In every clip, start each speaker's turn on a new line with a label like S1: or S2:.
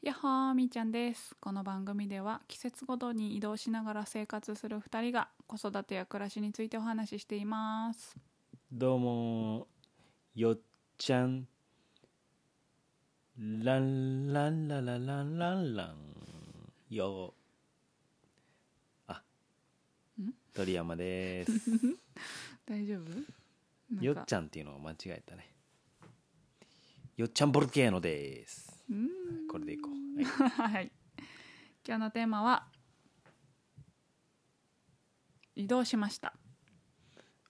S1: やっほーみーちゃんですこの番組では季節ごとに移動しながら生活する2人が子育てや暮らしについてお話ししています
S2: どうもよっちゃんランランララランランランよあ
S1: ん
S2: 鳥山です
S1: 大丈夫なんか
S2: よっちゃんっていうのを間違えたねよっちゃんボルケーノです
S1: うーん
S2: これでいこう、はい
S1: はい今日のテーマは移動しました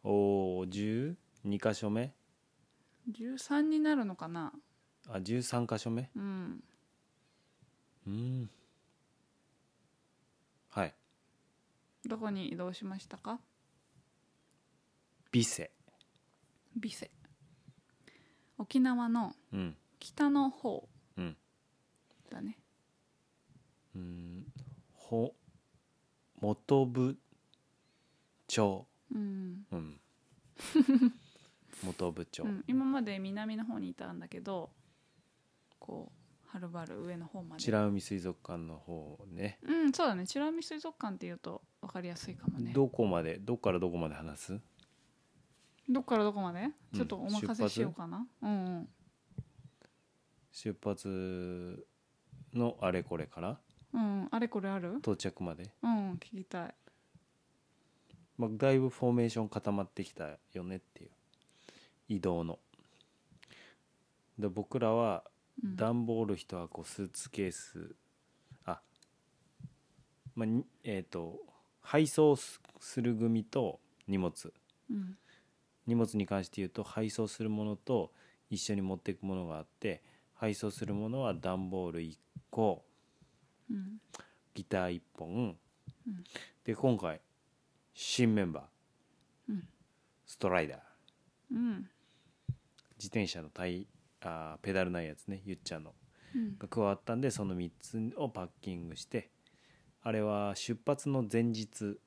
S2: おー12箇所目
S1: 13になるのかな
S2: あ13箇所目
S1: うん
S2: うんはい
S1: どこに移動しましたか
S2: ビセ
S1: ビセ沖縄の
S2: うん
S1: 北の方
S2: うん
S1: だね
S2: うーんほ元部長
S1: うん
S2: うん元部長、
S1: うん、今まで南の方にいたんだけどこうはるばる上の方まで
S2: 美ら海水族館の方ね
S1: うんそうだね美ら海水族館っていうと分かりやすいかもねど
S2: どこまでどっからどこまで話す
S1: っからどこまで
S2: うん
S1: ちょっとお任せしようかな、うんうん
S2: 出発のあれこれから
S1: うんうんあれこれある
S2: 到着まで、
S1: うんうん聞きたい
S2: まあ、だいぶフォーメーション固まってきたよねっていう移動ので僕らは
S1: うん
S2: 段ボール一箱スーツケースあまあにえっ、と配送すする組と荷物
S1: うん
S2: 荷物に関して言うと配送するものと一緒に持っていくものがあって配送するものは段ボール1個
S1: うん
S2: ギター1本、
S1: うん
S2: で今回新メンバー、
S1: うん
S2: ストライダー
S1: うん
S2: 自転車のタイあーペダルないやつねゆっちゃんの
S1: うん
S2: が加わったんでその3つをパッキングしてあれは出発の前日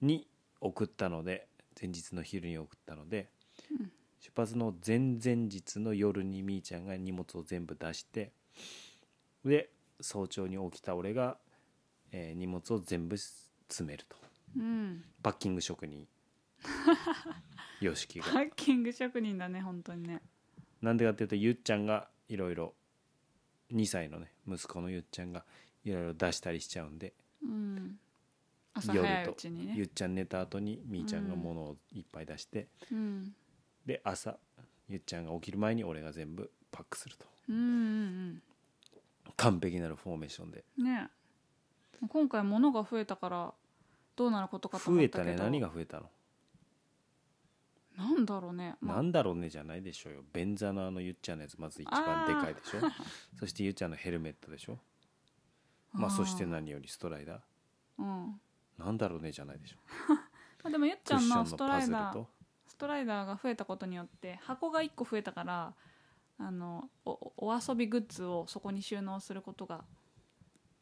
S2: に送ったので前日の昼に送ったので、
S1: うん
S2: 出発の前々日の夜にみーちゃんが荷物を全部出してで早朝に起きた俺が、えー荷物を全部詰めると
S1: うん
S2: パッキング職人よしきが
S1: パッキング職人だね本当にね
S2: なんでかっていうとゆっちゃんがいろいろ2歳のね息子のゆっちゃんがいろいろ出したりしちゃうんで、
S1: うん朝早いうちに
S2: ゆ
S1: ね
S2: っちゃん寝た後にみーちゃんが物をいっぱい出して、
S1: うん
S2: で朝ゆっちゃんが起きる前に俺が全部パックすると
S1: うんうん
S2: 完璧なるフォーメーションで
S1: うんね今回物が増えたからどうなることかと
S2: 増
S1: 思っ
S2: え
S1: た
S2: た
S1: けど
S2: ね何が増えたの、
S1: なんだろうね、まあ
S2: なんだろうねじゃないでしょうよ便座のあのゆっちゃんのやつまず一番でかい でしょそしてゆっちゃんのヘルメットでしょまあ
S1: ー
S2: そして何よりストライダ
S1: うんま
S2: ーなんだろうねじゃないでしょ
S1: あ、でもゆっち
S2: ク
S1: ゃ
S2: ッ
S1: ん
S2: ショ
S1: の
S2: ン
S1: ス
S2: の
S1: トラ
S2: パ
S1: イ
S2: ズル
S1: ダー
S2: と
S1: ストライダーが増えたことによって箱が1個増えたからあのおおお遊びグッズをそこに収納することが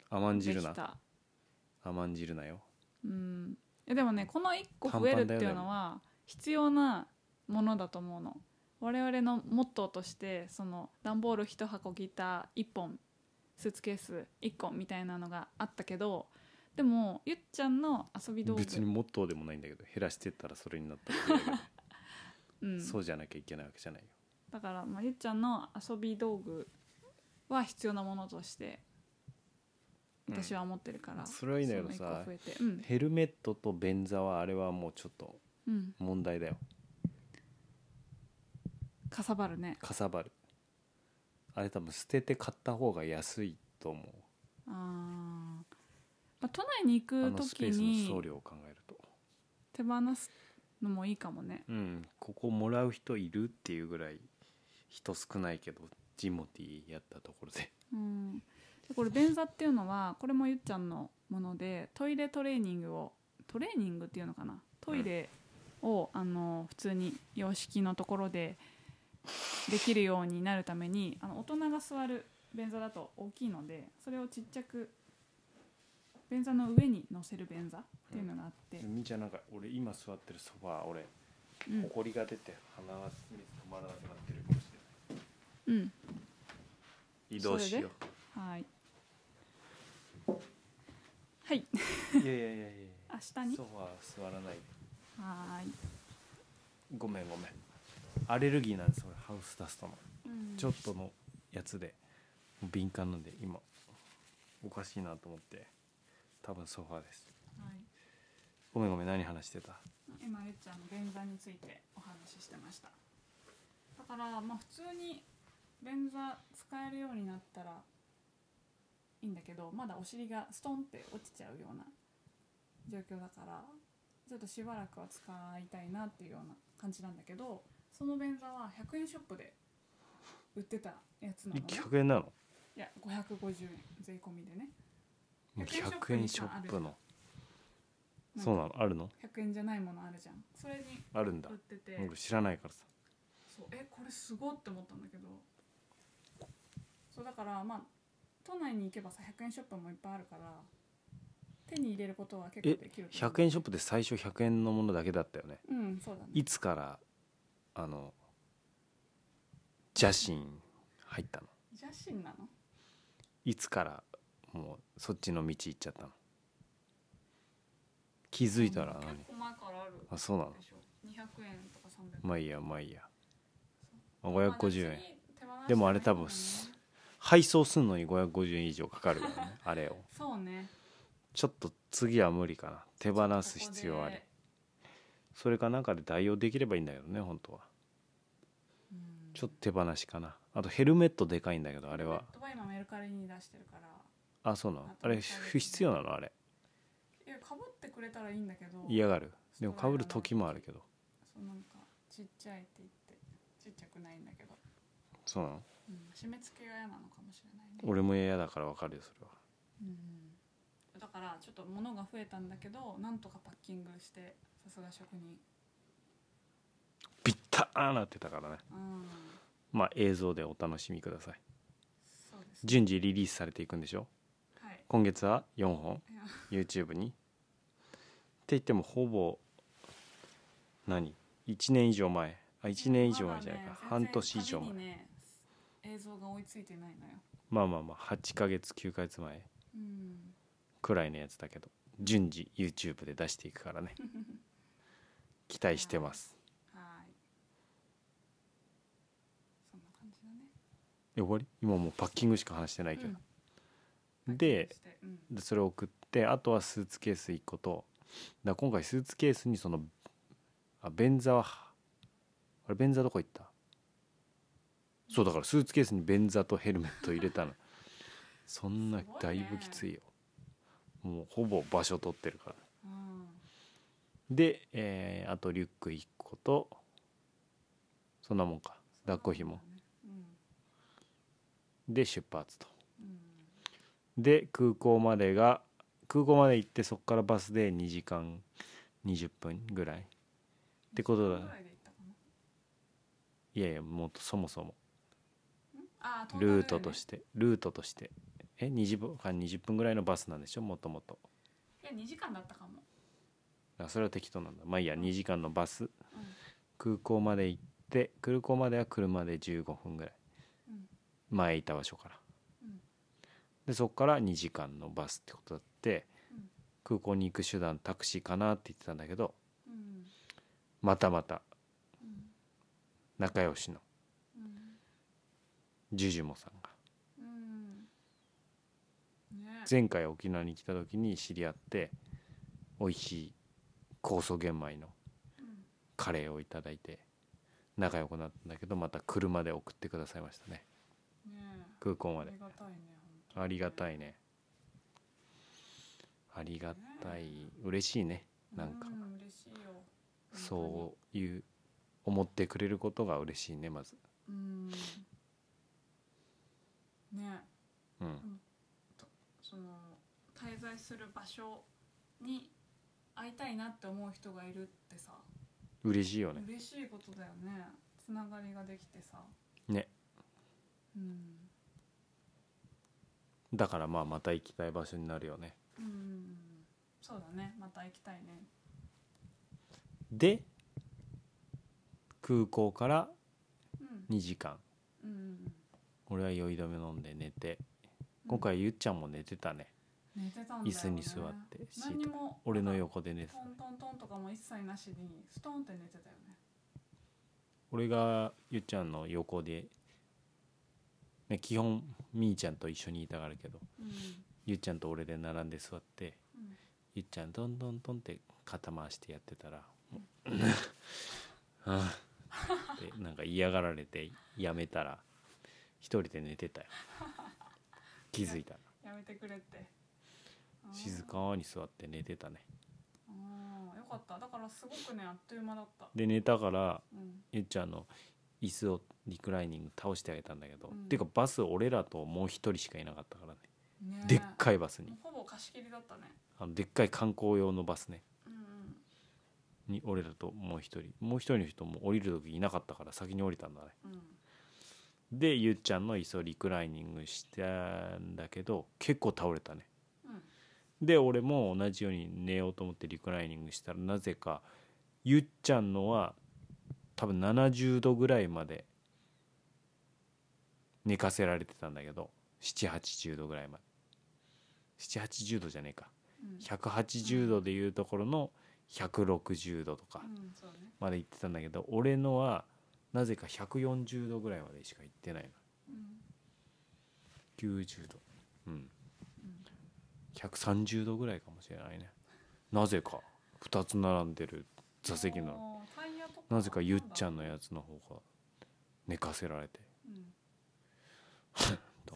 S2: 甘ん
S1: で
S2: じる
S1: き
S2: な
S1: た
S2: 甘んじるなよ
S1: うんえでもねこの1個増えるっていうのは必要なものだと思うの我々のモットーとしてその段ボール1箱ギター1本スーツケース1個みたいなのがあったけどでもゆっちゃんの遊び道具
S2: 別にモットーでもないんだけど減らしてったらそれになったっていうだけで
S1: うん、
S2: そうじゃなきゃいけないわけじゃないよ
S1: だから、まあ、ゆっちゃんの遊び道具は必要なものとして
S2: うん
S1: 私は思ってるから、
S2: それはいいんだけどさ
S1: その一個増えてうん、
S2: ヘルメットと便座はあれはもうちょっと
S1: うん、
S2: 問題だよ
S1: かさばるね
S2: かさばるあれ多分捨てて買った方が安いと思う
S1: あー、まあ、都内に行く
S2: あのスペ
S1: 時
S2: ー
S1: に
S2: スの送料を考えると
S1: 手放すのもいいかもね
S2: うんここもらう人いるっていうぐらい人少ないけどジモティーやったところで
S1: うんでこれ便座っていうのはこれもゆっちゃんのものでトイレトレーニングをトレーニングっていうのかなトイレを、あの普通に洋式のところでできるようになるためにあの大人が座る便座だと大きいのでそれをちっちゃく便座の上に乗せる便座っていうのがあって、
S2: みーちゃんなんか俺今座ってるソファー俺
S1: うん
S2: 埃が出て鼻が止まらなくなってるかもしれない
S1: うん、
S2: 移動しよ
S1: はいはいう
S2: いやいやいやい
S1: 明
S2: や
S1: 日に
S2: ソファー座らないで
S1: はーい、
S2: ごめんごめんアレルギーなんです俺ハウスダストの
S1: うん
S2: ちょっとのやつで敏感なんで今おかしいなと思って多分ソファーです
S1: はい
S2: ごめんごめん何話してた
S1: 今ゆっちゃんの便座についてお話ししてましただからまあ普通に便座使えるようになったらいいんだけどまだお尻がストンって落ちちゃうような状況だからちょっとしばらくは使いたいなっていうような感じなんだけどその便座は100円ショップで売ってたやつなのね
S2: 100円なの
S1: いや550円税込みでね
S2: 100円ショップのそうなのあるの
S1: 100円じゃないものあるじゃんそれに
S2: あるんだ
S1: 売ってて
S2: 僕知らないからさ
S1: そうえこれすごって思ったんだけどそうだからまあ都内に行けばさ100円ショップもいっぱいあるから手に入れることは結構できると思う
S2: 100円ショップで最初100円のものだけだったよね
S1: うんそうだね
S2: いつからあの邪神入ったの
S1: 邪神なの
S2: いつからもうそっちの道行っちゃったの気づいたら
S1: 結
S2: 何
S1: 構前からある
S2: あそうなの
S1: でしょ200円とか300円
S2: まあいいやまあいいやまあ550円
S1: 円
S2: でもあれ多分す配送するのに550円以上か かるからねあれを
S1: そうね
S2: ちょっと次は無理かな手放す必要あり
S1: ここ
S2: それかなんかで代用できればいいんだけどね本当は
S1: でうん
S2: ちょっと手放しかなあとヘルメットでかいんだけどあれ
S1: ペ
S2: は
S1: ットは今メルカリに出してるから
S2: あそうなの
S1: あと
S2: あれ必要なのあれ
S1: いやかぶってくれたらいいんだけど
S2: 嫌がるでもかぶる時もあるけど
S1: そうなんかちっちゃいって言ってちっちゃくないんだけど、
S2: そうなの
S1: うん、締め付けが嫌なのかもしれないね、
S2: 俺も嫌だからわかるよそれは
S1: うん、だからちょっと物が増えたんだけどなんとかパッキングしてさすが職人
S2: ビッターなってたからね
S1: うん
S2: まあ映像でお楽しみください
S1: そうですね
S2: 順次リリースされていくんでしょ
S1: はい
S2: 今月は4本
S1: いや
S2: YouTube にって言ってもほぼ何1年以上前あ1年以上前じゃないか、
S1: まだね
S2: 半年以上
S1: 全然紙
S2: 前
S1: にね映像が追いついてないのよ
S2: まあまあまあ8ヶ月9ヶ月前
S1: うん
S2: くらいのやつだけど順次 YouTube で出していくか らね期待してます
S1: はいそんな感じだね
S2: え終わり今もうパッキングしか話してないけど、で
S1: パッキングしてうん
S2: でそれを送ってあとはスーツケース1個とだから今回スーツケースにそのあ便座はあれ便座どこ行ったそうだからスーツケースに便座とヘルメット入れたのそんな
S1: すごいね
S2: だいぶきついよもうほぼ場所取ってるから
S1: うん
S2: で、えーあとリュック1個とそんなもんか抱っこひも
S1: うん
S2: で出発と
S1: うん
S2: で空港までが空港まで行ってそこからバスで2時間20分ぐらいってことだ
S1: 20分ぐらいで行ったか
S2: いやいやもっとそもそも
S1: なあトータル
S2: ルートとしてルートとしてえ2時間20分ぐらいのバスなんでしょもともと
S1: でねいや2時間だったかも、
S2: あそれは適当なんだまあいいや2時間のバ
S1: う
S2: ス
S1: ん
S2: 空港まで行って空港までは車で15分ぐらい
S1: うん
S2: 前いた場所から
S1: うん
S2: でそこから2時間のバスってことだって
S1: うん
S2: 空港に行く手段タクシーかなって言ってたんだけど
S1: うん
S2: またまた
S1: うん
S2: 仲良しの
S1: うん
S2: ジュジュモさんが
S1: うんね
S2: 前回沖縄に来た時に知り合って美味しい酵素玄米の
S1: うん
S2: カレーをいただいて仲良くなったんだけどまた車で送ってくださいましたね
S1: ね
S2: 空港
S1: あ
S2: まで
S1: りがたいね本当に
S2: ありがたいねありがたい嬉しいねなんか
S1: う嬉しいよ
S2: そういう思ってくれることが嬉しいねまず
S1: ううんね
S2: うん
S1: その滞在する場所に会いたいなって思う人がいるってさ
S2: 嬉しいよね
S1: 嬉しいことだよねつながりができてさ
S2: ね
S1: うん
S2: だからまあまた行きたい場所になるよね
S1: うんそうだねまた行きたいね
S2: で空港から
S1: うん
S2: 2時間
S1: うん
S2: 俺は酔い止め飲んで寝て今回ゆっちゃんも寝てたね、
S1: 寝てたんだよ、ね、
S2: 椅子に座ってシート
S1: 何にも
S2: 俺の横で寝て
S1: ト
S2: た
S1: ントントンとかも一切なしにストンって寝てたよね
S2: 俺がゆっちゃんの横で、ね、基本みーちゃんと一緒にいたがるけど
S1: うん
S2: ゆっちゃんと俺で並んで座って
S1: うん
S2: ゆっちゃんどんどんどんって肩回してやってたらもう ああってなんか嫌がられてやめたら一人で寝てたよ気づいたら
S1: やめてくれってあー
S2: 静かに座って寝てたね
S1: あーよかっただからすごくねあっという間だった
S2: で寝たから
S1: うん
S2: ゆっちゃんの椅子をリクライニング倒してあげたんだけど、
S1: うん
S2: っていうかバス俺らともう一人しかいなかったからね
S1: ねえ
S2: でっかいバス
S1: も
S2: に
S1: うほぼ貸し切りだったね
S2: あのでっかい観光用のバスね
S1: うんうん
S2: に俺らともう一人もう一人の人も降りる時いなかったから先に降りたんだね
S1: うん
S2: でゆっちゃんの椅子をリクライニングしたんだけど結構倒れたね
S1: うん
S2: で俺も同じように寝ようと思ってリクライニングしたらなぜかゆっちゃんのは多分70度ぐらいまで寝かせられてたんだけど780度ぐらいまで780度じゃねえか
S1: うん
S2: 180度でいうところの160度とか
S1: うんそうね
S2: まで行ってたんだけど俺のはなぜか140度ぐらいまでしか行ってないの
S1: うん
S2: 90度うん
S1: うん
S2: 130度ぐらいかもしれないねなぜか2つ並んでる座席なの
S1: あータイヤと
S2: なぜかゆっちゃん
S1: の
S2: のやつの方が寝かせられて
S1: うん
S2: と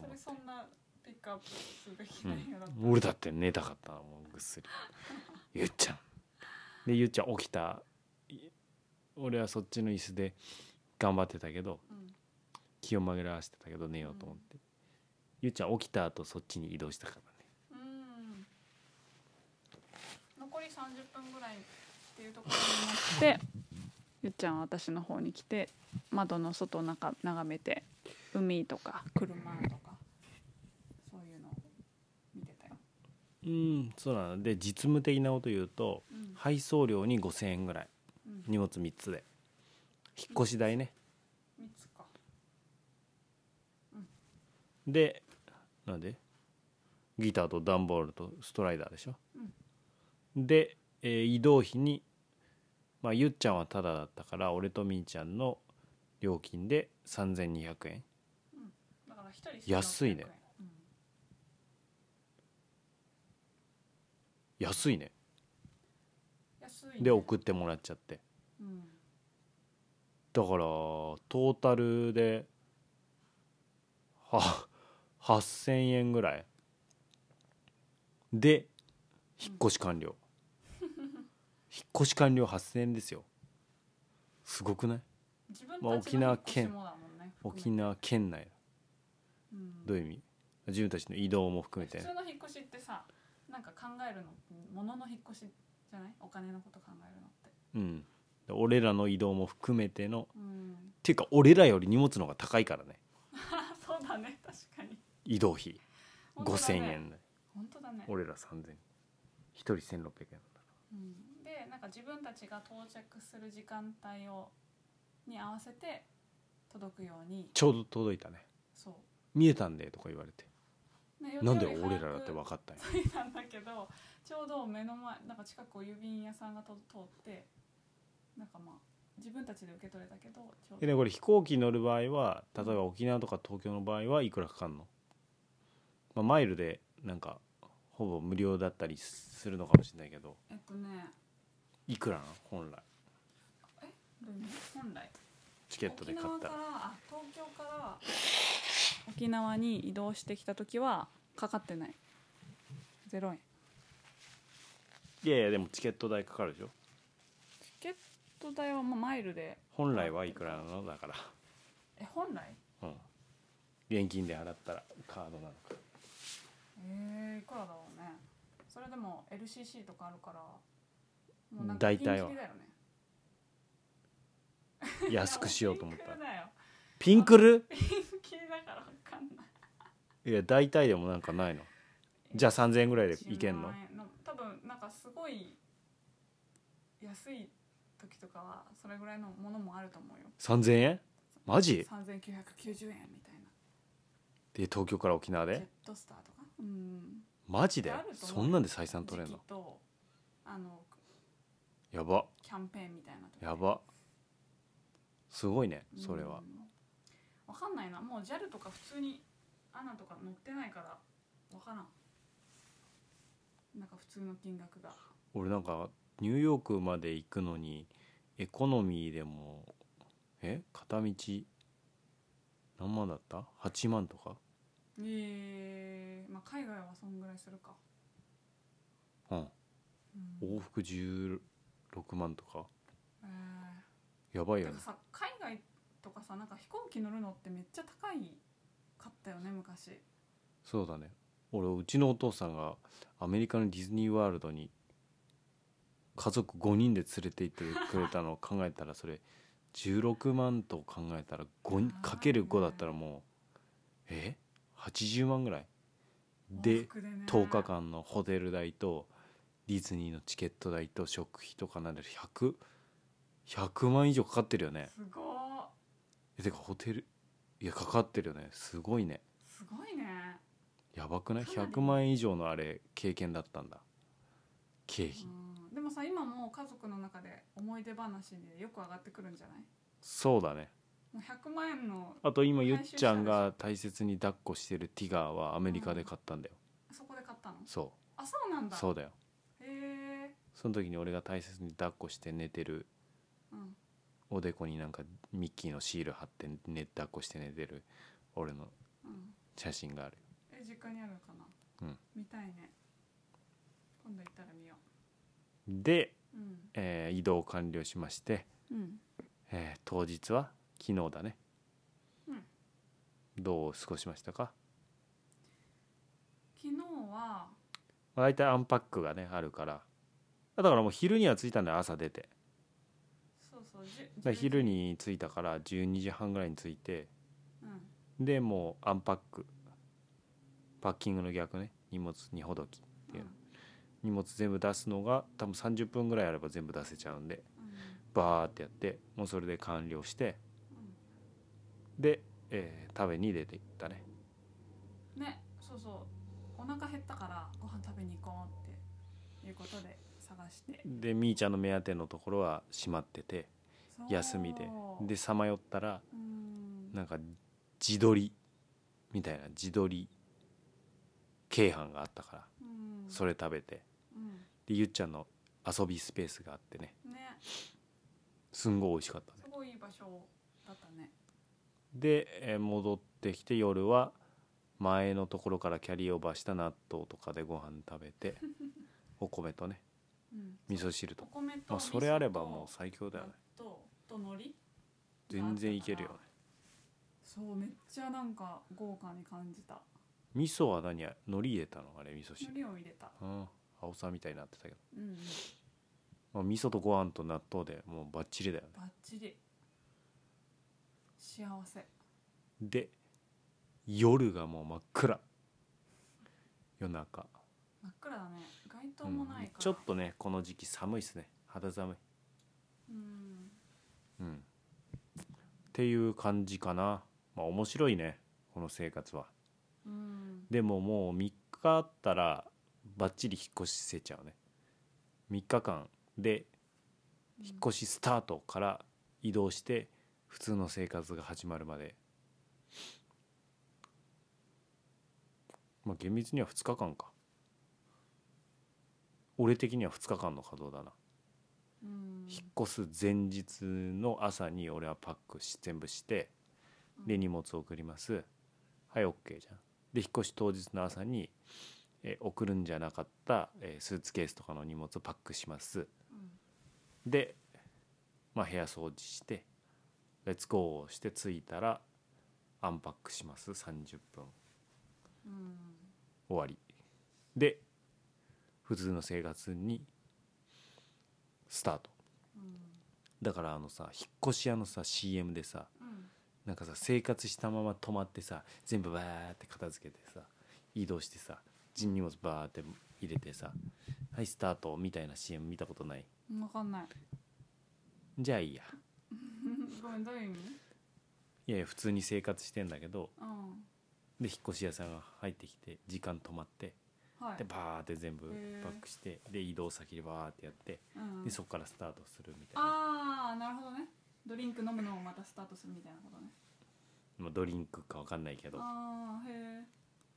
S1: そ
S2: 思
S1: れ
S2: って
S1: そんなピックアップすべき内容だった
S2: うん俺だって寝たかったなもうぐっすりゆっちゃんでゆっちゃん起きたい俺はそっちの椅子で頑張ってたけど
S1: うん
S2: 気を紛らわしてたけど寝ようと思って、ゆっちゃん起きた後そっちに移動したからね
S1: うん残り30分ぐらいっていうところになってゆっちゃんは私の方に来て窓の外をなか眺めて海とか車とかそういうのを見てたよ、
S2: うんそうなので実務的なこと言うと
S1: うん
S2: 配送料に5,000円ぐらい
S1: うん、
S2: 荷物3つで引っ越し代ね
S1: 3つか
S2: でなんでギターと段ボールとストライダーでしょ、で、えー移動費に、まあ、ゆっちゃんはタダだったから俺とみーちゃんの料金で3200円
S1: だから一人1600円
S2: 安いね安いね
S1: うん安いね
S2: で送ってもらっちゃって
S1: うん
S2: だからトータルでは8,000円ぐらいで引っ越し完了、 引っ越し完了8,000円ですよすごくない
S1: 自分たち
S2: まあ
S1: の
S2: 沖縄
S1: 引っ越し
S2: 県
S1: もだもんね
S2: 沖縄県内
S1: うん
S2: どういう意味自分たちの移動も含めて
S1: 普通の引っ越しってさなんか考えるの物の引っ越しじゃないお金のこと考えるのって
S2: うん俺らの移動も含めてのっ
S1: うん
S2: ていうか俺らより荷物の方が高いからね
S1: そうだね確かに
S2: 移動費
S1: 本当だ
S2: 5,000
S1: ね
S2: 円ね
S1: 本当だね、
S2: 俺ら3,000円1人1,600円なんだ
S1: うん、でなんか自分たちが到着する時間帯をに合わせて届くように
S2: ちょうど届いたね
S1: そ
S2: 見えたんでとか言われて
S1: う、ね
S2: なんで俺らだって分
S1: か
S2: かったんや
S1: たんだけどちょうど目の前なんか近くを郵便屋さんがと通ってなんかまあ自分たちで受け取れたけどちょう
S2: え
S1: ど
S2: でこれ飛行機乗る場合は例えば沖縄とか東京の場合はいくらかかんの、まあ、マイルでなんかほぼ無料だったりするのかもしれないけど
S1: えっとね
S2: いくらなの本来
S1: どういうの本来
S2: チケットで買っ
S1: 沖縄か
S2: た
S1: ららあ東京から沖縄に移動してきた時はかかってない0円
S2: いやいやでもチケット代かかるでしょ
S1: チケット代はまあマイルで
S2: 本来はいくらなのだから
S1: え本来
S2: うん現金で払ったらカードなのか
S1: えー、いくらだろうねそれでも LCC とかあるからも
S2: 大体は
S1: ピンキリだよね
S2: 安くしようと思っ
S1: いや
S2: た
S1: もう
S2: ピンクル
S1: ピンキリだよピンキリだからわかんない
S2: いや大体でもなんかないのじゃあ3,000円ぐらいでいけ
S1: 10
S2: んの
S1: 万円の多分なんかすごい安い時とかはそれぐらいのものもあると思うよ
S2: 3,000円マジ
S1: 3990円みたいな
S2: で東京から沖縄
S1: ジェッ
S2: で
S1: トスターとか
S3: うん
S2: マジで
S3: あると思う
S2: そんなんで採算取れん
S1: 時
S2: の
S1: 期と
S3: あの
S2: やば
S1: キャンペーンみたいな時
S2: やばすごいねそれは、
S1: うんわかんないなもう JAL とか普通にアナとか乗ってないからわからんなんか普通の金額が
S2: 俺なんかニューヨークまで行くのにエコノミーでもえ片道何万だった8万とか
S1: ええまあ海外はそんぐらいするか、
S2: うん
S1: うん
S2: 往復16万とか
S1: え
S2: やばい
S1: え
S2: よ
S1: て
S2: ね
S1: かさ海外とかさなんか飛行機乗るのってめっちゃ高いかったよね昔
S2: そうだね俺うちのお父さんがアメリカのディズニーワールドに家族5人で連れて行ってくれたのを考えたらそれ16万と考えたら5
S1: あー
S2: かける5だったらもうえ80万ぐらい
S1: 往
S2: で
S1: 復で、ね、
S2: 10日間のホテル代とディズニーのチケット代と食費とかなんで100100万以上かかってるよね
S1: すごー
S2: えてかホテルいやかかってるよねすごいね
S1: すごいね
S2: やばくない
S1: かなり
S2: 100万円以上のあれ経験だったんだ経費、
S1: うんでもさ今もう家族の中で思い出話でよく上がってくるんじゃない
S2: そうだね
S1: もう100万円の
S2: あと今ゆっちゃんが大切に抱っこしてるティガーはアメリカで買ったんだよ、
S1: そこで買ったの
S2: そ
S1: あそうなん
S2: う
S1: だ
S2: そうだよ
S1: へえ
S2: その時に俺が大切に抱っこして寝てる
S1: うん
S2: おでこになんかミッキーのシール貼って寝抱っこして寝てる俺の
S1: うん
S2: 写真がある
S1: え実家にあるのかな
S2: うん
S1: 見たいね今度行ったら見よ
S2: で、
S1: ううん
S2: えー移動完了しまして、
S3: うん
S2: えー当日は昨日だね、
S1: うん
S2: どう過ごしましたか
S1: 昨日は
S2: まあ大体アンパックがねあるからだからもう昼には着いたんだよ朝出て
S1: そうそうじゅ
S2: だから昼
S1: 11
S2: に着いたから12時半ぐらいに着いて
S1: うん
S2: でもうアンパックパッキングの逆ね荷物にほどきっていうの荷物全部出すのが多分30分ぐらいあれば全部出せちゃうんで
S1: うん
S2: バーってやってもうそれで完了して
S1: うん
S2: で、えー食べに出て行ったね
S1: うんねそうそうお腹減ったからご飯食べに行こうっていうことで探して
S2: でみーちゃんの目当てのところは閉まってて
S1: そう
S2: 休みででさまよったら
S1: うん
S2: なんか自撮りみたいな自撮り鶏飯があったから
S1: うん
S2: それ食べて
S1: うん
S2: でゆっちゃんの遊びスペースがあってね
S1: ね
S2: すんごい美味しかったね
S1: すごいいい場所だったね
S2: でえー戻ってきて夜は前のところからキャリーオーバーした納豆とかでご飯食べてお米とね
S1: うん
S2: 味噌汁
S1: お
S2: と、
S1: 米と
S2: まあ、それあればもう最強だよね
S1: とと海苔
S2: 全然いけるよね
S1: そうめっちゃなんか豪華に感じた
S2: 味噌は何や海苔入れたのあれ味噌汁
S1: 海苔を入れた
S2: うん青さみたいになってたけど、
S1: うんうん
S2: まあ、味噌とご飯と納豆でもうバッチリだよね
S1: バッチリ幸せ
S2: で夜がもう真っ暗夜中
S1: 真っ暗だね街灯もないから、
S2: うんちょっとねこの時期寒いですね肌寒い
S1: うん
S2: うんっていう感じかなまあ面白いねこの生活は
S1: うん
S2: でももう3日あったらバッチリ引っ越しせちゃうね3日間で引っ越しスタートから移動して普通の生活が始まるまでまあ厳密には2日間か俺的には2日間の稼働だ
S1: う
S2: な、
S1: ん
S2: 引っ越す前日の朝に俺はパックし全部してで荷物送りますはいオッケーじゃんで引っ越し当日の朝に、えー送るんじゃなかった、えースーツケースとかの荷物をパックします
S1: うん
S2: で、まあ、部屋掃除してレッツゴーをして着いたらアンパックします30分
S1: うん
S2: 終わりで普通の生活にスタート
S1: うん
S2: だからあのさ引っ越し屋のさ CM でさ
S1: うん
S2: なんかさ生活したまま止まってさ全部バーって片付けてさ移動してさ人荷物バーって入れてさ「はいスタート」みたいな CM 見たことない
S1: 分かんない
S2: じゃあいいや
S1: ごめんどういう意味
S2: いやいや普通に生活してんだけど
S1: うん
S2: で引っ越し屋さんが入ってきて時間止まって
S1: はい
S2: でバーって全部
S1: へー
S2: バックしてで移動先でバーってやって
S1: うん
S2: でそこからスタートするみたいな、
S1: ああなるほどねドリンク飲むのをまたスタートするみたいなことね
S2: まあ、ドリンクか分かんないけど
S1: ああへえ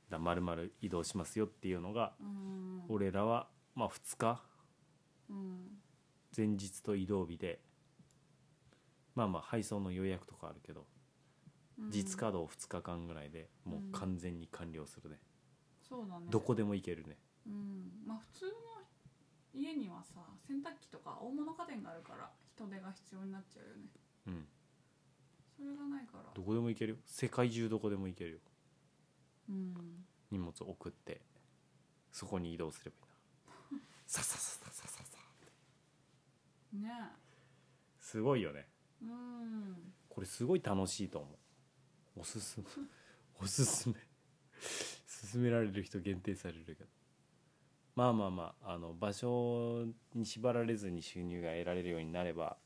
S2: だまるまる移動しますよっていうのが
S1: うん
S2: 俺らはまあ2日
S1: うん
S2: 前日と移動日でまあまあ配送の予約とかあるけど
S1: うん
S2: 実稼働2日間ぐらいでも
S1: うん
S2: う完全に完了するね、
S1: そうだね
S2: どこでも行けるね
S1: うんまあ普通の家にはさ洗濯機とか大物家電があるから人手が必要になっちゃうよね
S2: うん
S1: それがないから
S2: どこでも行けるよ世界中どこでも行けるよ
S1: うん
S2: 荷物送ってそこに移動すればいいな さささささささ
S1: ね
S2: すごいよね
S1: えうん
S2: これすごい楽しいと思うおすすめ おすすめ勧められる人限定されるけどまあまあまああの場所に縛られずに収入が得られるようになれば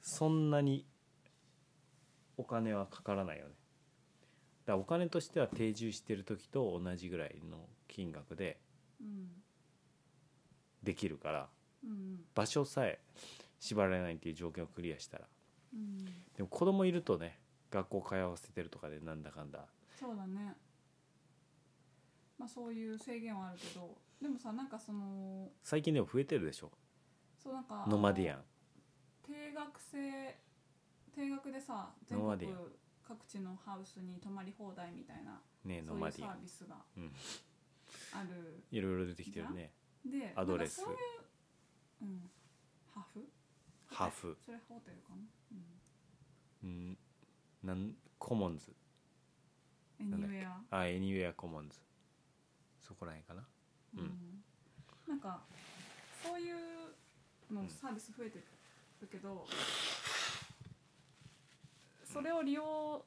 S2: そんなにお金はかからないよねだからお金としては定住してる時と同じぐらいの金額で
S1: うん
S2: できるから
S1: うん
S2: 場所さえ縛られないっていう条件をクリアしたら
S1: うん
S2: でも子供いるとね学校通わせてるとかでなんだかんだ
S1: そうだねまあそういう制限はあるけどでもさなんかその
S2: 最近でも増えてるでしょ
S1: そうなんか
S2: ノマディアン
S1: 定額制定額でさ全
S2: ノマデ
S1: 国
S2: ィア
S1: 各地のハウスに泊まり放題みたいな
S2: ね
S1: そ
S2: ノ
S1: うい
S2: マ
S1: う
S2: デ
S1: サ
S2: ィアン
S1: ービスが
S2: うん
S1: ある
S2: いろいろ出てきてるね
S1: で
S2: アドレス
S1: なんかそういう、うん、ハーフ
S2: ハーフ
S1: それホテルかな、う
S2: うんなんコモンズ
S1: ん、エ
S2: な
S1: ニ
S2: んだ
S1: ウ
S2: っけ
S1: ェア
S2: あエニウェアコモンズそこらへんかなうん
S1: なんかそういうのサービス増えてるけど、それを利用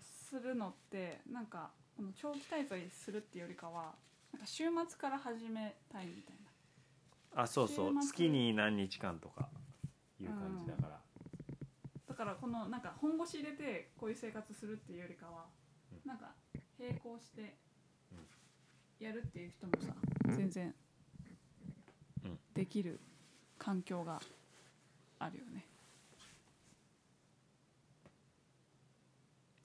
S1: するのってなんかこの長期滞在するっていうよりかはなんか週末から始めたいみたいな
S2: あそうそう
S1: 週末
S2: 月に何日間とかいう感じだから、
S1: だからこのなんか本腰入れてこういう生活するっていうよりかは、
S2: う
S1: なんか並行してやるっていう人もさ全然
S2: うん
S1: できる環境があるよね。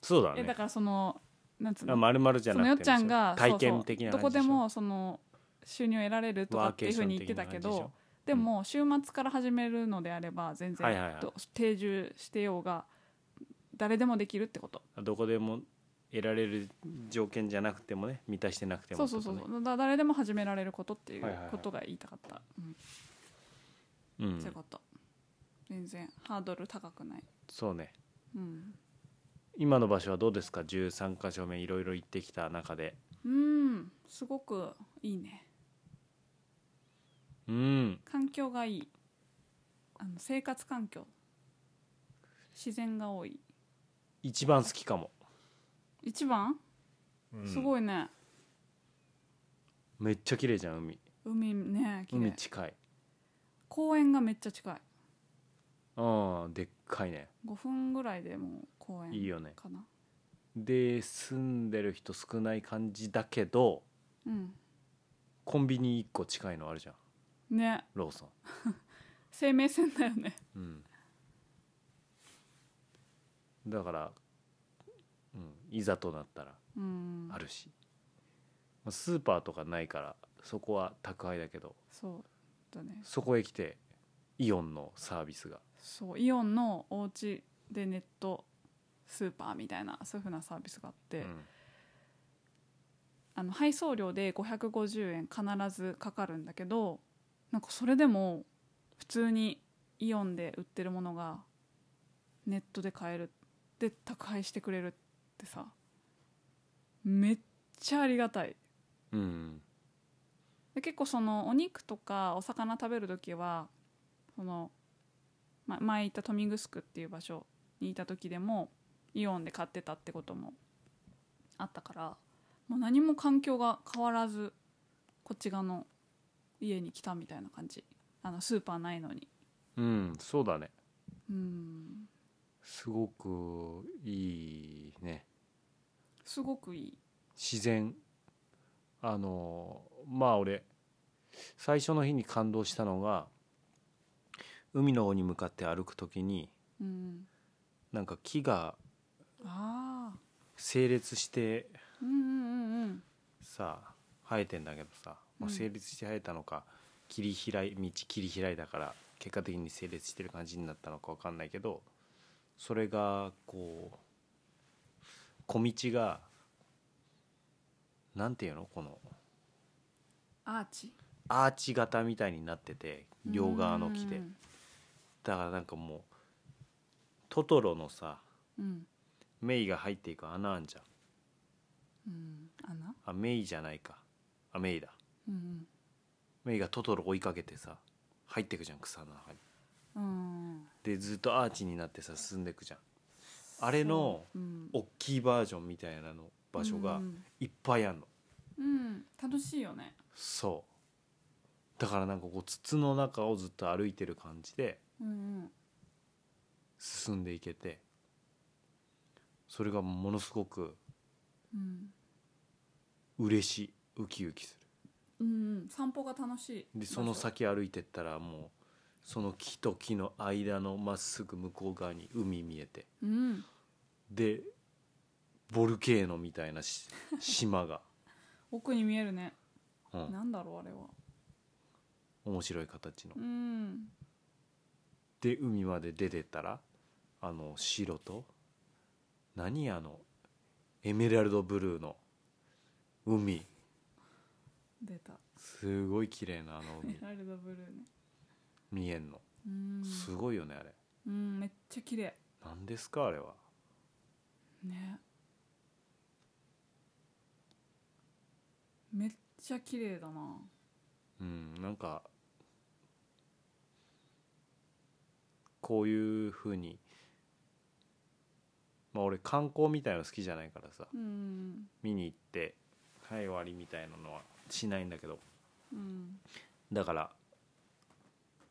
S2: そうだ
S1: えだ
S2: ね
S1: からそのなんつうの
S2: まるまるじゃ
S1: そのよ
S2: な
S1: っ
S2: くて
S1: ちゃんが
S2: 体験的な
S1: そうそう
S2: 感
S1: どこで
S2: じしょ
S1: もその収入を得られるとか
S2: ワ
S1: っ
S2: ー
S1: てい
S2: ケー
S1: うふ
S2: シ
S1: う
S2: ョ
S1: に
S2: ン
S1: 言って
S2: 的
S1: た
S2: な
S1: け
S2: 感じでし
S1: ど
S2: ょ
S1: でも週末から始めるのであれば全
S2: はいはい
S1: 然
S2: はい
S1: と定住してようが誰でもできるってこと
S2: どこでも得られる条件じゃなくてもね満たしてなくても
S1: そう
S2: って
S1: そ
S2: こ
S1: う
S2: と
S1: そ
S2: ね
S1: うそうだ誰でも始められることっていう
S2: はいはいはい
S1: ことが言いたかったうん
S2: う
S1: そういうんこと全然ハードル高くない
S2: そうね
S1: うん
S2: 今の場所はどうですか13か所目いろいろ行ってきた中で
S1: うんすごくいいね
S2: うん
S1: 環境がいいあの生活環境自然が多い
S2: 一番好きかも、
S1: 一番す
S2: い
S1: ごいね、
S2: めっちゃ綺麗じゃん海
S1: 海ね綺
S2: 海
S1: 麗
S2: 近い
S1: 公園がめっちゃ近い
S2: うんでっかいね
S1: 5分ぐらいでもう公園
S2: いいよね
S1: かな
S2: で住んでる人少ない感じだけど
S1: うん
S2: コンビニ1個近いのあるじゃん
S1: ね
S2: ローソン
S1: 生命線だよね
S2: うんだから、うん、いざとなったら
S1: うん
S2: あるし、まあスーパーとかないからそこは宅配だけど
S1: そうだね
S2: そこへ来てイオンのサービスが
S1: そうイオンのお家でネットスーパーみたいなそういうふうなサービスがあって、
S2: うん
S1: あの配送料で550円必ずかかるんだけどなんかそれでも普通にイオンで売ってるものがネットで買えるで宅配してくれるってさめっちゃありがたい
S2: うん
S1: で結構そのお肉とかお魚食べる時はその、ま、前行った豊見城っていう場所にいた時でもイオンで買ってたってこともあったからもう何も環境が変わらずこっち側の家に来たみたいな感じあのスーパーないのに
S2: うんそうだね
S1: うん
S2: すごくいいね
S1: すごくいい
S2: 自然あのまあ俺最初の日に感動したのが海の方に向かって歩く時に
S1: うん
S2: なんか木が
S1: ああ
S2: 整列して
S1: うんうんうんうん
S2: さ生えてんだけどさ、
S1: う
S2: まあ、
S1: ん
S2: 整列して生えたのか、切り開い道切り開いたから結果的に整列してる感じになったのか分かんないけどそれがこう小道がなんていうのこの
S1: アーチ
S2: アーチ型みたいになってて両側の木で
S1: うん
S2: だからなんかもうトトロのさ
S1: うん
S2: メイが入っていく穴あんじゃ
S1: う
S2: ん
S1: ん穴
S2: あメイじゃないかあメイだ
S1: うん
S2: メイがトトロ追いかけてさ入ってくじゃん草の中に
S1: うんうん
S2: でずっとアーチになってさ進んでくじゃんあれの
S1: うん
S2: 大きいバージョンみたいなの場所が
S1: うん
S2: いっぱいあんの
S1: うん楽しいよね
S2: そうだからなんかこう筒の中をずっと歩いてる感じで
S1: うん
S2: 進んでいけてそれがものすごく
S1: うんうん
S2: 嬉しいウキウキす
S1: うんうん散歩が楽しい
S2: るでその
S1: 場所
S2: 先歩いてったらもうその木と木の間のまっすぐ向こう側に海見えて
S1: うん
S2: でボルケーノみたいなし島が、
S1: 奥に見えるね
S2: う ん
S1: なんだろうあれは
S2: 面白い形の
S1: うん
S2: で海まで出てったらあの白と何あのエメラルドブルーの海
S1: 出た
S2: すごい綺麗なあ
S1: エ
S2: の海
S1: ラルドブルーね
S2: 見えんの
S1: うん
S2: すごいよねあれ
S1: うんめっちゃ綺麗
S2: 何ですかあれは
S1: ねめっちゃ綺麗だな
S2: うんなんかこういうふうにまあ俺観光みたいの好きじゃないからさ
S1: うん
S2: 見に行ってはい終わりみたいなのはしないんだけど
S1: うん
S2: だから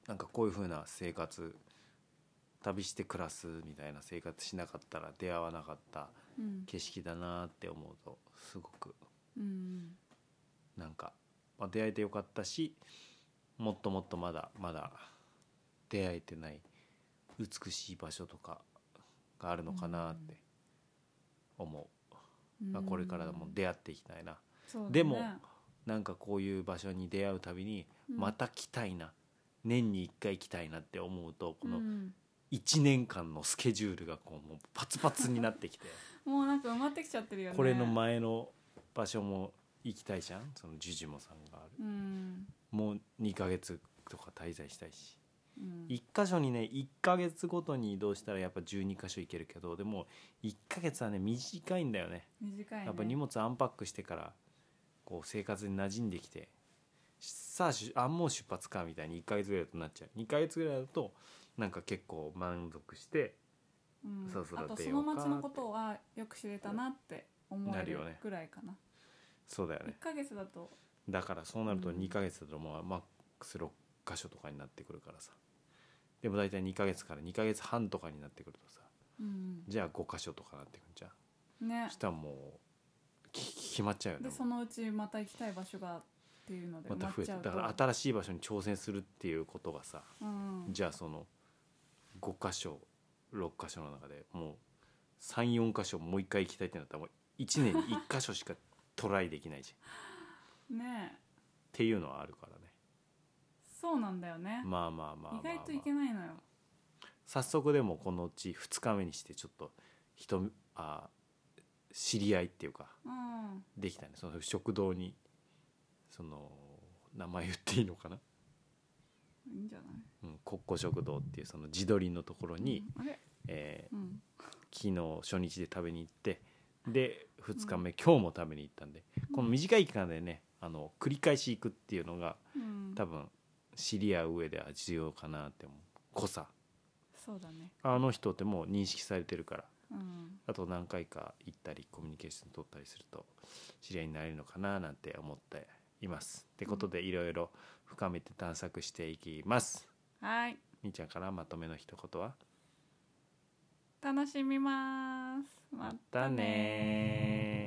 S2: なんかこういうふうな生活旅して暮らすみたいな生活しなかったら出会わなかった
S1: うん
S2: 景色だなって思うとすごく
S1: うん
S2: なんか、まあ、出会えてよかったしもっともっとまだまだ出会えてない美しい場所とかがあるのかなって思う、まあ、これからも出会っていきたいな
S1: そうだね
S2: でもなんかこういう場所に出会うたびに
S1: うん
S2: また来たいな、年に1回来たいなって思うとこ
S1: う
S2: の
S1: ん
S2: 1年間のスケジュールがこうもうパツパツになってきて
S1: もうなんか埋まってきちゃってる よね
S2: これの前の場所も行きたいじゃんそのジュジュモさんがある
S1: うん
S2: もう2ヶ月とか滞在したいし
S1: うん
S2: 1箇所にね1ヶ月ごとに移動したらやっぱ12箇所行けるけどでも1ヶ月はね短いんだよね
S1: 短いね
S2: やっぱ荷物アンパックしてからこう生活に馴染んできてさあしあもう出発かみたいに1ヶ月ぐらいだとなっちゃう2ヶ月ぐらいだとなんか結構満足して
S1: うん
S2: そろそろ
S1: あと
S2: 出
S1: そ
S2: よ
S1: の
S2: うか
S1: 町のことはよく知れたなって思
S2: な
S1: える
S2: るよね
S1: ぐらいかな
S2: そうだよ
S1: 1
S2: ね
S1: ヶ月だと
S2: だからそうなると
S1: うん
S2: 2ヶ月だともうマックス6箇所とかになってくるからさでも大体2ヶ月から2ヶ月半とかになってくるとさ
S1: うん
S2: じゃあ5箇所とかなってくるんじゃん
S1: ね
S2: そしたらもうき決まっちゃうよね
S1: でそのうちまた行きたい場所がっていうので
S2: また
S1: 埋
S2: 増えて
S1: まっちゃうと
S2: だから新しい場所に挑戦するっていうことがさ
S1: うん
S2: じゃあその5箇所6箇所の中でもう34箇所もう一回行きたいってなったらもう1年に1箇所しかトライできないじゃんっ
S1: ねえ
S2: ていうのはあるからね
S1: そうなんだよね、
S2: まあまあまあまあ、まあ、
S1: 意外といけないのよ
S2: 早速でもこのうち2日目にしてちょっと人あ知り合いっていうか
S1: うん
S2: できたねその食堂にその名前言っていいのかな、
S1: いいんじゃない
S2: うん、コッコ食堂っていうその自撮りのところに、
S1: うんあれ
S2: え
S1: うん
S2: ー昨日初日で食べに行ってで2日目、今日も食べに行ったんでこの短い期間でねあの繰り返し行くっていうのが
S1: うん
S2: 多分知り合う上では重要かなって思う濃さ
S1: そうだね
S2: あの人ってもう認識されてるから
S1: うん
S2: あと何回か行ったりコミュニケーション取ったりすると知り合いになれるのかななんて思っています。ってことでいろいろ深めて探索していきます。
S1: はい
S2: みーちゃんからまとめの一言は
S1: 楽しみます
S2: またねー